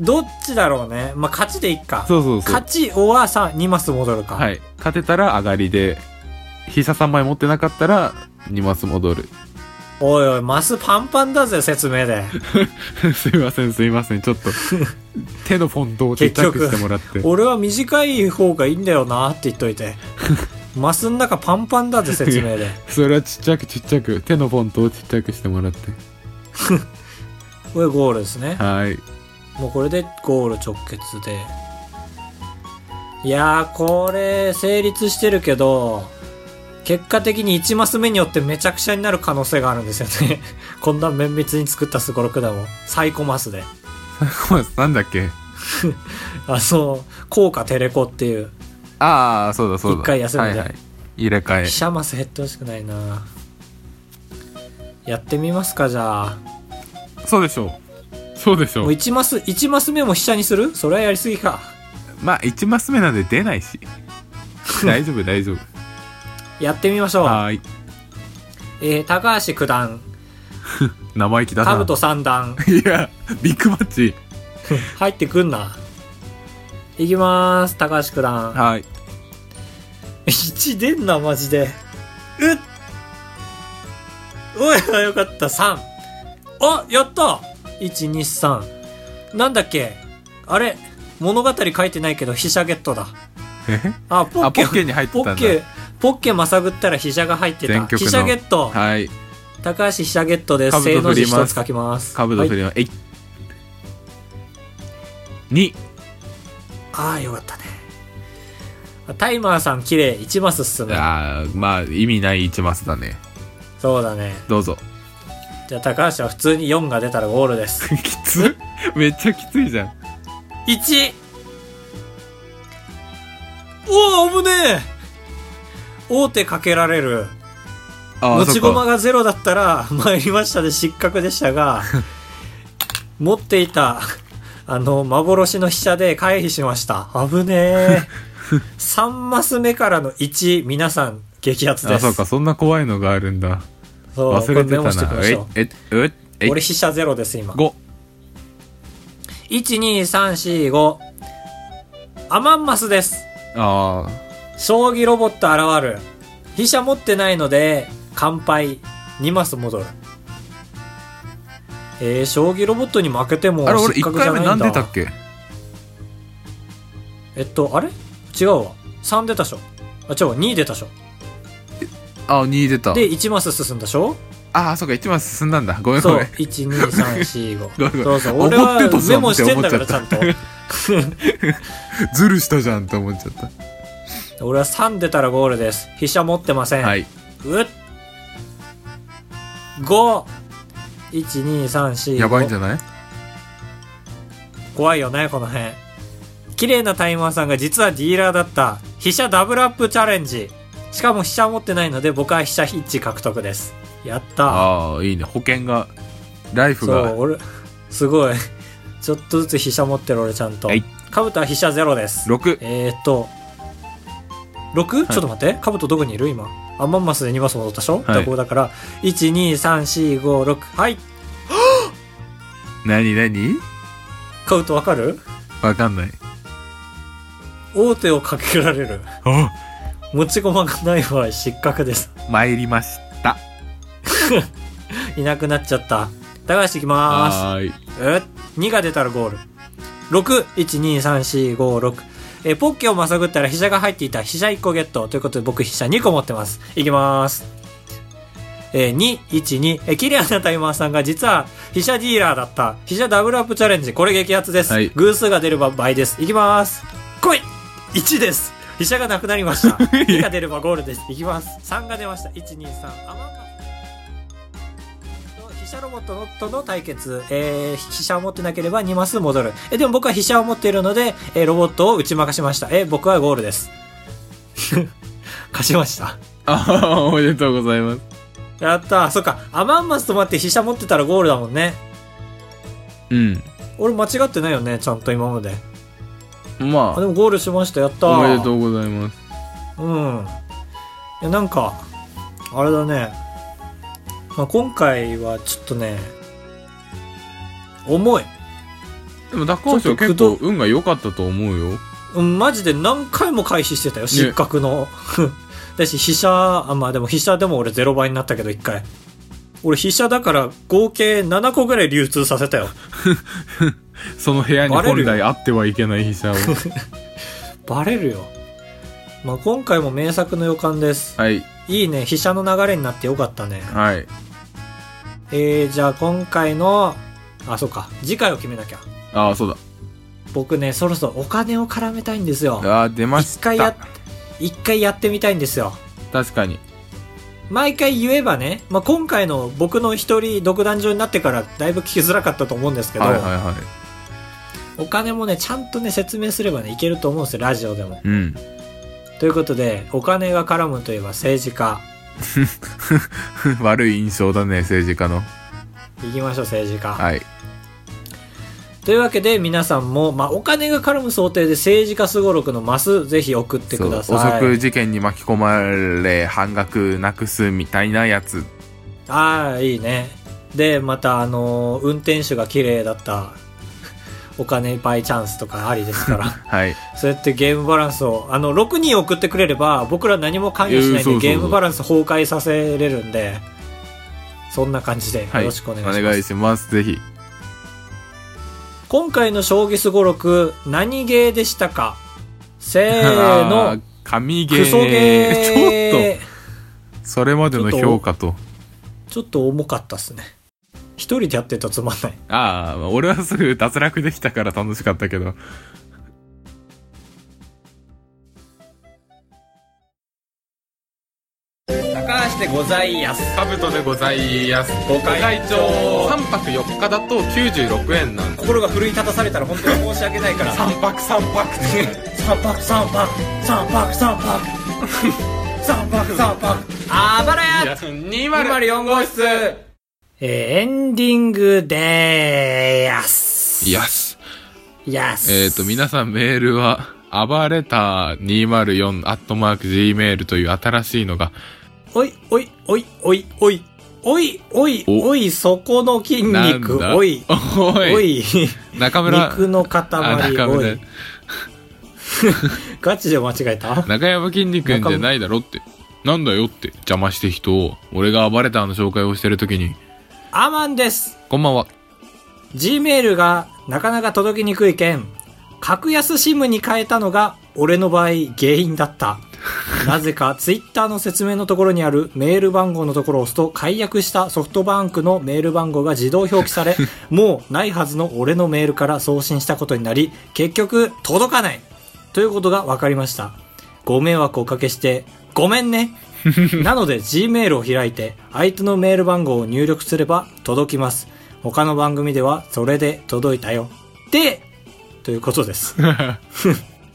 Speaker 1: どっちだろうねまあ勝ちでいっか
Speaker 3: そうそうそう
Speaker 1: 勝ちおはさ2マス戻るか、
Speaker 3: はい勝てたら上がりで飛車3枚持ってなかったら2マス戻る
Speaker 1: おいおいマスパンパンだぜ説 明です
Speaker 3: いませんすいませんち ょっと手のフォントをちっちゃくしてもらって
Speaker 1: 俺は短い方がいいんだよなって言っとい てマスの中パンパンだぜ説明で
Speaker 3: それはちっちゃくちっちゃく手のフォントをちっちゃくしてもらって
Speaker 1: これゴールですね
Speaker 3: はい
Speaker 1: もうこれでゴール直結でいやーこれ成立してるけど結果的に1マス目によってめちゃくちゃになる可能性があるんですよね こんな綿密に作ったスゴロクだもんサイコマスで
Speaker 3: ごめんなんだっけ
Speaker 1: あの効果テレコっていう
Speaker 3: ああそうだそうだ
Speaker 1: 一回休んで
Speaker 3: はいはい、入れ替え
Speaker 1: 飛車マス減ってほしくないなやってみますかじゃあ
Speaker 3: そうでしょうそうでしょ
Speaker 1: もう
Speaker 3: う
Speaker 1: 1マス、1マス目も飛車にするそれはやりすぎか。
Speaker 3: まあ1マス目なんで出ない し大丈夫大丈夫
Speaker 1: やってみましょう。
Speaker 3: はーい
Speaker 1: えー、高橋九段、
Speaker 3: 生意気だな
Speaker 1: カブト三段、
Speaker 3: いやビッグマッチ
Speaker 1: 入ってくんな。いきまーす、高橋九段。
Speaker 3: はい
Speaker 1: 1出んな、マジで。うっおい、よかった、3。あ、やった !1、2、3。なんだっけあれ物語書いてないけど、飛車ゲットだ。
Speaker 3: え
Speaker 1: あ、ポッ
Speaker 3: あポ
Speaker 1: ケ。
Speaker 3: ッケに入ってた
Speaker 1: ポ
Speaker 3: んだ
Speaker 1: ッケ、ポッケまさぐったら飛車が入ってた。
Speaker 3: 全局の
Speaker 1: 飛車ゲット。
Speaker 3: はい
Speaker 1: 高橋飛車ゲットです。
Speaker 3: 兜
Speaker 1: 正の
Speaker 3: 振
Speaker 1: 字
Speaker 3: ります
Speaker 1: 一つ書きます。
Speaker 3: カブト振
Speaker 1: はい
Speaker 3: りは、えい2
Speaker 1: ああ、よかったね。タイマーさん綺麗。1マス進む。
Speaker 3: あーまあ意味ない1マスだね
Speaker 1: そうだね。
Speaker 3: どうぞ
Speaker 1: じゃあ高橋は普通に4が出たらゴールです。
Speaker 3: きつめっちゃきついじゃん
Speaker 1: 1! おお、危ねえ王手かけられる。
Speaker 3: あ
Speaker 1: 持
Speaker 3: ー
Speaker 1: ち
Speaker 3: そっ
Speaker 1: 駒
Speaker 3: か
Speaker 1: がゼロだったら、参りましたで失格でし たが、持っていた、あの、幻の飛車で回避しました。危ね え。3マス目からの1、皆さん、激アツで
Speaker 3: あ
Speaker 1: す。
Speaker 3: そうかそんな怖いのがあるんだ
Speaker 1: そう
Speaker 3: 忘れ
Speaker 1: こメモ
Speaker 3: て
Speaker 1: して
Speaker 3: た
Speaker 1: きま
Speaker 3: な
Speaker 1: し
Speaker 3: え
Speaker 1: ょう
Speaker 3: えええ
Speaker 1: 俺飛車ゼロです、今。
Speaker 3: 5
Speaker 1: 1、2、3、4、5。アマンマスです。
Speaker 3: ああ
Speaker 1: 将棋ロボット現る。飛車持ってないので、乾杯。2マス戻る。えー、将棋ロボットに負けても
Speaker 3: あれ俺
Speaker 1: 失
Speaker 3: 1
Speaker 1: 格じ
Speaker 3: 回
Speaker 1: ゃな
Speaker 3: 目
Speaker 1: いんだ。
Speaker 3: 何出たっけ
Speaker 1: えっと、あれ違うわ。3出たでしょ。あ、違うわ、2出たでしょ。
Speaker 3: あ2出た
Speaker 1: で、1マス進んだでしょ
Speaker 3: ああそうか1マス進んだんだごめんご
Speaker 1: そう。
Speaker 3: めん
Speaker 1: 1、2、3、4、
Speaker 3: ごめんごめ
Speaker 1: 5。
Speaker 3: ん
Speaker 1: そうそう。
Speaker 3: 思って
Speaker 1: 俺
Speaker 3: た
Speaker 1: は
Speaker 3: じゃん
Speaker 1: メモしてんだから、
Speaker 3: って
Speaker 1: ちゃ
Speaker 3: 思
Speaker 1: ん
Speaker 3: っ
Speaker 1: と。
Speaker 3: ズルしたじゃんって思っちゃっ
Speaker 1: 俺は3出たらゴールです。飛車持ってません。
Speaker 3: たはい
Speaker 1: うっ !5! 1、2、3、4。
Speaker 3: やばいんじ
Speaker 1: ゃ
Speaker 3: ゃない
Speaker 1: 怖いよね、この辺。綺麗なタイマーさんが実はディーラーだった。飛車ダブルアップチャレンジ。しかも飛車持ってないので、僕は飛車1獲得です。やった
Speaker 3: ああいいね保険がライフ
Speaker 1: そ
Speaker 3: が
Speaker 1: う、俺、すごい。ちょっとずつ飛車持ってる俺ちゃんと
Speaker 3: はい。
Speaker 1: カブトは飛車ゼロです。
Speaker 3: 6
Speaker 1: えーっと、6? ちょっと待って。カブトどこにいる今。アンマンマスで2マス戻ったでし
Speaker 3: は
Speaker 1: ょ、
Speaker 3: い
Speaker 1: だからこうだから、1、2、3、4、5、6。はい。
Speaker 3: 何何
Speaker 1: カブトわかる
Speaker 3: わかんない
Speaker 1: 王手をかけられる。
Speaker 3: あ
Speaker 1: 持ち駒がない場合失格です。
Speaker 3: 参りました
Speaker 1: いなくなっちゃった。高橋行きま
Speaker 3: はーい
Speaker 1: す。え2が出たらゴール。6、1、2、3、4、5、6。えーポッケをまさぐったら飛車が入っていた飛車1個ゲット。ということで僕飛車2個持ってます。行きます。えー212、えーキリアンなタイマーさんが実は、飛車ディーラーだった。飛車ダブルアップチャレンジ。これ激アツです。
Speaker 3: はい
Speaker 1: 偶数が出れば倍です。いきます。来い !1 です。飛車がなくなり ました。2が出ればゴールです。いきます。3が出ました。1、2、3。アマン飛車ロボットのとの対決、えー、飛車を持ってなければ2マス戻る。え、でも僕は飛車を持っているので、えーロボットを打ち負かしました。え、僕はゴールです。 勝ちました。
Speaker 3: ああ、おめでとうございます。
Speaker 1: やったー。そっか、アマンマスと待って飛車持ってたらゴールだもんね。
Speaker 3: うん。
Speaker 1: 俺間違ってないよね、ちゃんと今まで。
Speaker 3: ま
Speaker 1: あ、でもゴールしました。やった
Speaker 3: あ、
Speaker 1: ー。
Speaker 3: おめでとうございます。
Speaker 1: うん。いや、なんか、あれだね。まあ、今回はちょっとね、重い。
Speaker 3: でも、蛇行賞結
Speaker 1: ちょっと
Speaker 3: 構運が良かったと思うよ。
Speaker 1: うんマジで何回も回避してたよ、失格の。 だし、飛車、あ、まあでも飛車でも俺0倍になったけど、1回。俺飛車だから合計7個ぐらい流通させたよ。
Speaker 3: その部屋に
Speaker 1: バレる
Speaker 3: 本来
Speaker 1: よ
Speaker 3: あってはいけない飛車を。
Speaker 1: バレるよ。まあ今回も名作の予感で す。
Speaker 3: はい、
Speaker 1: いいね、飛車の流れになってよかったね。
Speaker 3: はい。
Speaker 1: えー、じゃあ今回の、あ、そうか、次回を決めなきゃ。
Speaker 3: ああ、そう
Speaker 1: 僕ね、そろそろお金を絡めたいんですよ。
Speaker 3: だ。ああ、出まし
Speaker 1: 一
Speaker 3: た
Speaker 1: 回。やっ、一回やってみたいんですよ。
Speaker 3: 確かに。
Speaker 1: 毎回言えばね、まあ、今回の僕の一人独壇場になってからだいぶ聞きづらかったと思うんですけど、
Speaker 3: はいはいは
Speaker 1: お金もねちゃんとね説明すればねいけると思うんですよラジオでも
Speaker 3: い。うん。
Speaker 1: ということでお金が絡むといえば政治家
Speaker 3: 悪い印象だね、政治家の。
Speaker 1: 行きましょう政治家、
Speaker 3: はい。
Speaker 1: というわけで皆さんも、まあ、お金が絡む想定で政治家すごろくのマスぜひ送ってくだ
Speaker 3: そう
Speaker 1: さ
Speaker 3: 汚職
Speaker 1: い
Speaker 3: 事件に巻き込まれ、半額なくすみたいなやつ。
Speaker 1: ああいいねでまたあのー運転手が綺麗だったお金パイチャンスとかありで すから
Speaker 3: はい。
Speaker 1: そうやってゲームバランスをあの6人送ってくれれば僕ら何も関与しない
Speaker 3: えーそうそうそう
Speaker 1: でゲームバランス崩壊させれるんでそんな感じでよ
Speaker 3: はい。
Speaker 1: ろしくお願いします,、
Speaker 3: お願いします。ぜひ。
Speaker 1: 今回の将棋すごろく何ゲーでしたかせー
Speaker 3: あ
Speaker 1: の
Speaker 3: ー、神ゲー。
Speaker 1: クソ
Speaker 3: ちょっ
Speaker 1: ゲー
Speaker 3: と、それまでの評価と。
Speaker 1: ちょっと重かったっすね一人でやってたらつまんない
Speaker 3: ああ、俺はすぐ脱落できたから楽しかったけど。
Speaker 1: 高橋でございやす
Speaker 3: カブトでございやす。ご
Speaker 1: 会長
Speaker 3: 3泊4日だと96円なんで
Speaker 1: 心が奮い立たされたら本当に申し訳ないから
Speaker 3: 3泊3泊
Speaker 1: 三泊三泊三泊三泊三泊 三泊あばらや
Speaker 3: 204号室
Speaker 1: えーエンディングでーやす。
Speaker 3: いやす。
Speaker 1: やす。
Speaker 3: えっ、ー、と、皆さんメールは、暴れた204アットマーク Gmail という新しいのが、
Speaker 1: おい、おい、おい、おい、おい、おい、おい、
Speaker 3: お
Speaker 1: おい、そこの筋
Speaker 3: なん
Speaker 1: 肉、
Speaker 3: だ
Speaker 1: おい、
Speaker 3: おい
Speaker 1: おい、
Speaker 3: 中村、
Speaker 1: 肉の
Speaker 3: あ、
Speaker 1: 塊、
Speaker 3: 中
Speaker 1: お
Speaker 3: 村
Speaker 1: い。、ガチで間違えた
Speaker 3: 中山筋肉炎じゃないだろって。なんだよって、邪魔して人を、俺が暴れたの紹介をしてるときに、
Speaker 1: アマンです。
Speaker 3: こんばんは。
Speaker 1: G メールがなかなか届きにくい件、格安シムに変えたのが俺の場合原因だった。なぜか Twitter の説明のところにあるメール番号のところを押すと解約したソフトバンクのメール番号が自動表記され、もうないはずの俺のメールから送信したことになり、結局届かないということが分かりました。ご迷惑をおかけして、ごめんねなので G メールを開いて、相手のメール番号を入力すれば届きます。他の番組ではそれで届いたよ。で、というこ とです。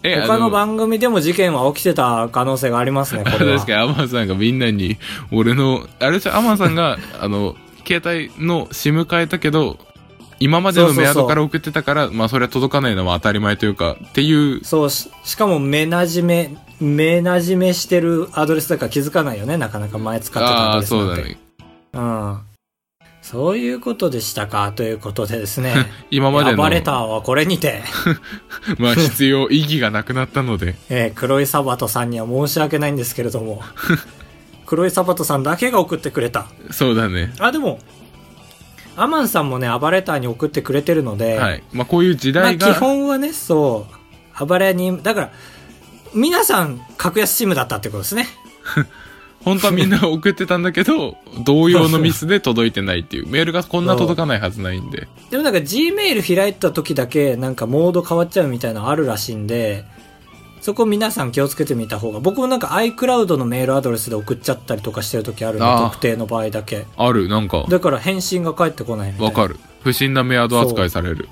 Speaker 3: え
Speaker 1: 他の番組でも事件は起きてた可能性がありますね、こ
Speaker 3: あ
Speaker 1: れ
Speaker 3: れ
Speaker 1: は
Speaker 3: 確か。にアマンさんがみんなに、俺の、あれでしょ、アマンさんが、 あの、携帯の SIM 変えたけど、今までの
Speaker 1: そうそうそう
Speaker 3: メアドから送ってたから、まあそれは届かないのは当たり前というか、っていう、
Speaker 1: そうし、しかも目なじめ、目なじめしてるアドレスだから気づかないよね、なかなか前使ってた
Speaker 3: あ
Speaker 1: ア
Speaker 3: あ、
Speaker 1: ドレス
Speaker 3: そ
Speaker 1: な
Speaker 3: うんだ
Speaker 1: て。
Speaker 3: ね。
Speaker 1: うん。そういうことでしたか、ということでですね。
Speaker 3: 今までの、
Speaker 1: 暴れたはこれ にて、
Speaker 3: まあ必要意義がなくなったので、
Speaker 1: えー黒井サバトさんには申し訳ないんですけれど も、黒井サバトさんだけが送ってくれた。
Speaker 3: そうだね。
Speaker 1: あ、でも、アマンさんもね、暴れたに送ってくれてるので、
Speaker 3: はい。まあこういう時
Speaker 1: まあ、
Speaker 3: 代
Speaker 1: 基
Speaker 3: が、
Speaker 1: 本はね、そう、暴れに、だから、皆さん、格安チームだったってことですね。
Speaker 3: 本当はみんな送ってたんだけ ど、同様のミスで届いてないっていう。メールがこんな届かないはずないんで。
Speaker 1: でもなんか Gmail 開いた時だけなんかモード変わっちゃうみたいなのあるらしいんで、そこ皆さん気をつけてみた方が。僕もなんか iCloud のメールアドレスで送っちゃったりとかしてる時ある
Speaker 3: あ
Speaker 1: の、
Speaker 3: あ
Speaker 1: 特定の場合だけ。
Speaker 3: ある、なんか、
Speaker 1: だから返信が返ってこないみたい
Speaker 3: わ
Speaker 1: な。
Speaker 3: かる。不審なメアド扱いされる。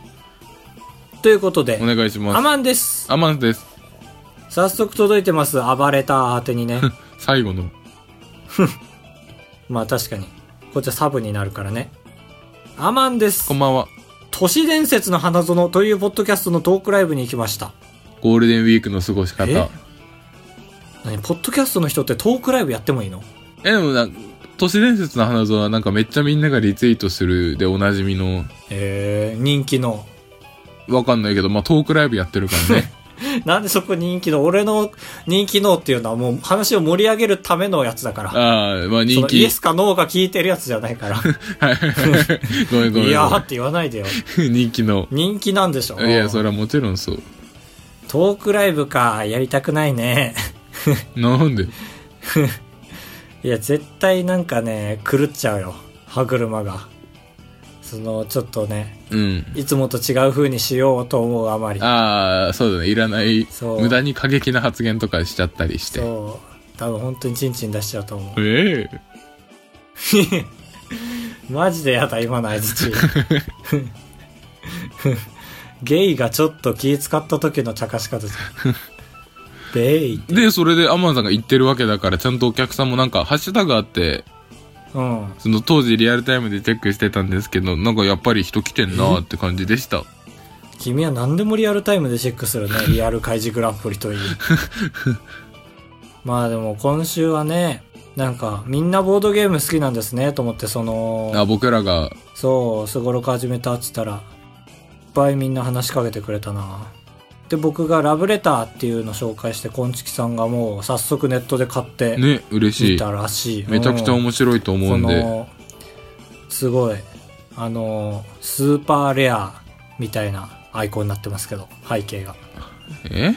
Speaker 1: ということで
Speaker 3: お、願いし
Speaker 1: ア
Speaker 3: ま
Speaker 1: マンで
Speaker 3: す。。
Speaker 1: す
Speaker 3: アマンです。
Speaker 1: 早速届いてます。暴れた宛てにね。
Speaker 3: 最後の。
Speaker 1: まあ確かに。こっちはサブになるからね。アマンです
Speaker 3: こん。ばんは。
Speaker 1: 都市伝説の花園というポッドキャストのトークライブに行きました。
Speaker 3: ゴールデンウィークの過ごし方。
Speaker 1: え
Speaker 3: え、
Speaker 1: 何ポッドキャストの人ってトークライブやってもいいの
Speaker 3: でもな、都市伝説の花園はなんかめっちゃみんながリツイートするでおなじみの、
Speaker 1: えー、人気の。
Speaker 3: わかんないけど、まあトークライブやってるからね。
Speaker 1: なんでそこ人気の俺の人気のっていうのはもう話を盛り上げるためのやつだから。
Speaker 3: ああ、まあ
Speaker 1: そ
Speaker 3: 人
Speaker 1: の
Speaker 3: 気。
Speaker 1: イエスかノーが聞いてるやつじゃない から。
Speaker 3: はい。ごめんごめんごめん。
Speaker 1: いやーって言わないでよ。
Speaker 3: 人気の。
Speaker 1: 人気なんでしょ
Speaker 3: いや、それはもちろんそう。
Speaker 1: トークライブか、やりたくないね。
Speaker 3: なんで
Speaker 1: いや、絶対なんかね、狂っちゃうよ。歯車が。その、ちょっとね、
Speaker 3: うん。
Speaker 1: いつもと違う風にしようと思うあまり。
Speaker 3: ああ、そうだね。いらない、
Speaker 1: そう
Speaker 3: 無駄に過激な発言とかしちゃったりして。
Speaker 1: そう。多分本当にチンチン出しちゃうと思う。
Speaker 3: ええ
Speaker 1: マジでやだ、今の相槌。ゲイがちょっと気使った時の茶化し方じゃん。ベイ。
Speaker 3: で、それでアマンさんが言ってるわけだから、ちゃんとお客さんもなんか、ハッシュタグあって、
Speaker 1: うん。
Speaker 3: その当時リアルタイムでチェックしてたんですけど、なんかやっぱり人来てんなーって感じでした。
Speaker 1: 君は何でもリアルタイムでチェック するね。リアル開示グランプリといい。 まあでも今週はね、なんかみんなボードゲーム好きなんですねと思ってそ
Speaker 3: あ
Speaker 1: の、
Speaker 3: 僕らが、
Speaker 1: そう、すごろく始めたっつったら、いっぱいみんな話しかけてくれたな。で、僕がラブレターっていうの紹介して、こんちきさんがもう早速ネットで買って、
Speaker 3: ね、嬉し
Speaker 1: 見
Speaker 3: い。
Speaker 1: たらしい。
Speaker 3: めちゃくちゃ面白いと思
Speaker 1: こ
Speaker 3: うんで。
Speaker 1: の、すごい、あの、スーパーレアみたいなアイコンになってますけど、背景が。
Speaker 3: え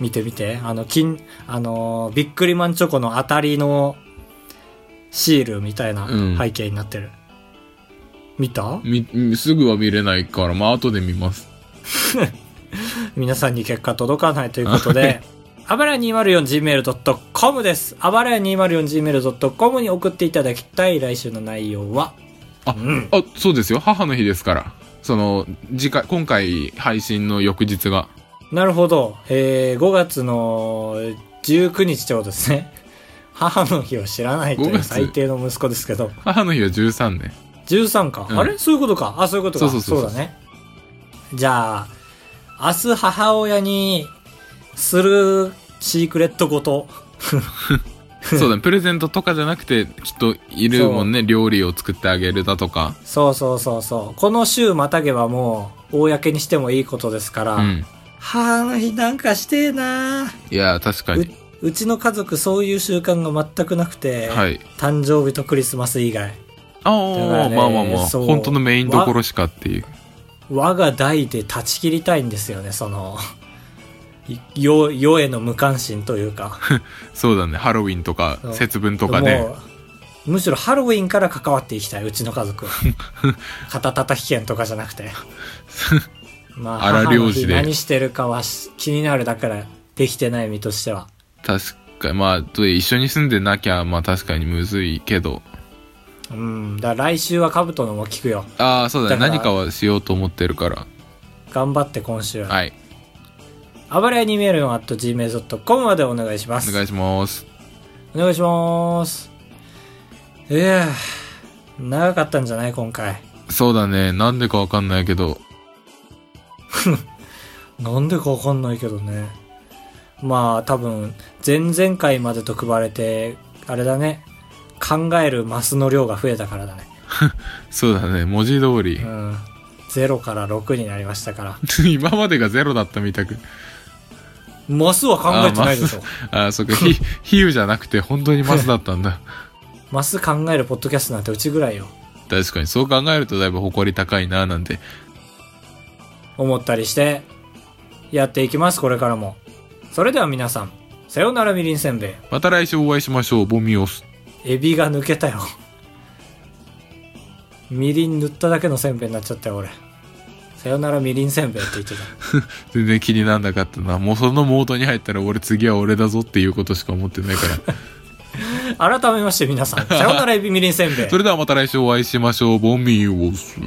Speaker 1: 見て見て、あの、金、あの、ビックリマンチョコの当たりのシールみたいな
Speaker 3: うん
Speaker 1: 背景になってる。見た
Speaker 3: み、すぐは見れないから、まあ後で見ます。
Speaker 1: 皆さんに結果届かないというこ とで、あばらや 204gmail.com です。あばらや 204gmail.com に送っていただきたい来週の内容は、
Speaker 3: あ、
Speaker 1: うん
Speaker 3: あ、そうですよ。母の日ですから。その、次回、今回配信の翌日が。
Speaker 1: なるほど。えー、5月の19日ってことですね。 母の日を知らないとい
Speaker 3: 5
Speaker 1: う
Speaker 3: 月
Speaker 1: 最低の息子ですけど。
Speaker 3: 母の日は13ね。
Speaker 1: 13か。
Speaker 3: うん
Speaker 1: あれそういうことか。あ、そういうことか。
Speaker 3: そうそうそうそう
Speaker 1: だね。じゃあ、明日母親にするシークレットごと。
Speaker 3: そうだね。プレゼントとかじゃなくて、きっといるもんね。料理を作ってあげるだとか。
Speaker 1: そうそうそうそう。この週またげばもう、公にしてもいいことですから。
Speaker 3: うん。
Speaker 1: 母の日なんかしてえない
Speaker 3: や、確かに。
Speaker 1: うちの家族そういう習慣が全くなくて、
Speaker 3: はい。
Speaker 1: 誕生日とクリスマス以外。
Speaker 3: あ
Speaker 1: だから
Speaker 3: あ、
Speaker 1: ね
Speaker 3: まあまあまあ。
Speaker 1: そう
Speaker 3: 本当のメインどころしかっていう。
Speaker 1: 我が代で断ち切りたいんですよね、その、世世への無関心というか。
Speaker 3: そうだね。ハロウィンとか
Speaker 1: そ、う
Speaker 3: 節分とかね。
Speaker 1: もうむしろハロウィンから関わっていきたい、うちの家 族は。肩叩き券とかじゃなくて。まあ、
Speaker 3: 荒
Speaker 1: 母の
Speaker 3: 漁
Speaker 1: 日
Speaker 3: 師で
Speaker 1: 何してるかはし気になるだから、できてない身としては。
Speaker 3: 確かに。まあ、と一緒に住んでなきゃ、まあ確かにむずいけど。
Speaker 1: うん。だから来週はカブトのも聞くよ。
Speaker 3: ああ、そうだね。
Speaker 1: だから
Speaker 3: 何かはしようと思ってるから。
Speaker 1: 頑張って今週。
Speaker 3: はい。
Speaker 1: あばれやにメールの at gmail.com までお願いします。
Speaker 3: お願いします。
Speaker 1: お願いします。いやー長かったんじゃない今回。
Speaker 3: そうだね。なんでかわかんないけど。
Speaker 1: なんでかわかんないけどね。まあ多分、前々回までと比べて、あれだね。考えるマスの量が増えたからだね。
Speaker 3: そうだね。文字通り
Speaker 1: う。ん。0から6になりましたから。
Speaker 3: 今までがゼロだったみたく。
Speaker 1: マスは考えてないでしょ。
Speaker 3: ああ、そっか。ひ、比喩じゃなくて、本当にマスだったんだ。
Speaker 1: マス考えるポッドキャストなんてうちぐらいよ。
Speaker 3: 確かに。そう考えるとだいぶ誇り高いな、なんて。
Speaker 1: 思ったりして、やっていきます、これからも。それでは皆さん、さよならみりんせんべい。
Speaker 3: また来週お会いしましょう。ボミオス。
Speaker 1: エビが抜けたよ。みりん塗っただけのせんべいになっちゃったよ、俺。さよならみりんせんべいって言ってた。
Speaker 3: 全然気になんなかったな。もうそのモードに入ったら俺次は俺だぞっていうことしか思ってないから。
Speaker 1: 改めまして皆さん、さよならエビみりんせんべい。
Speaker 3: それではまた来週お会いしましょう。ボミオス。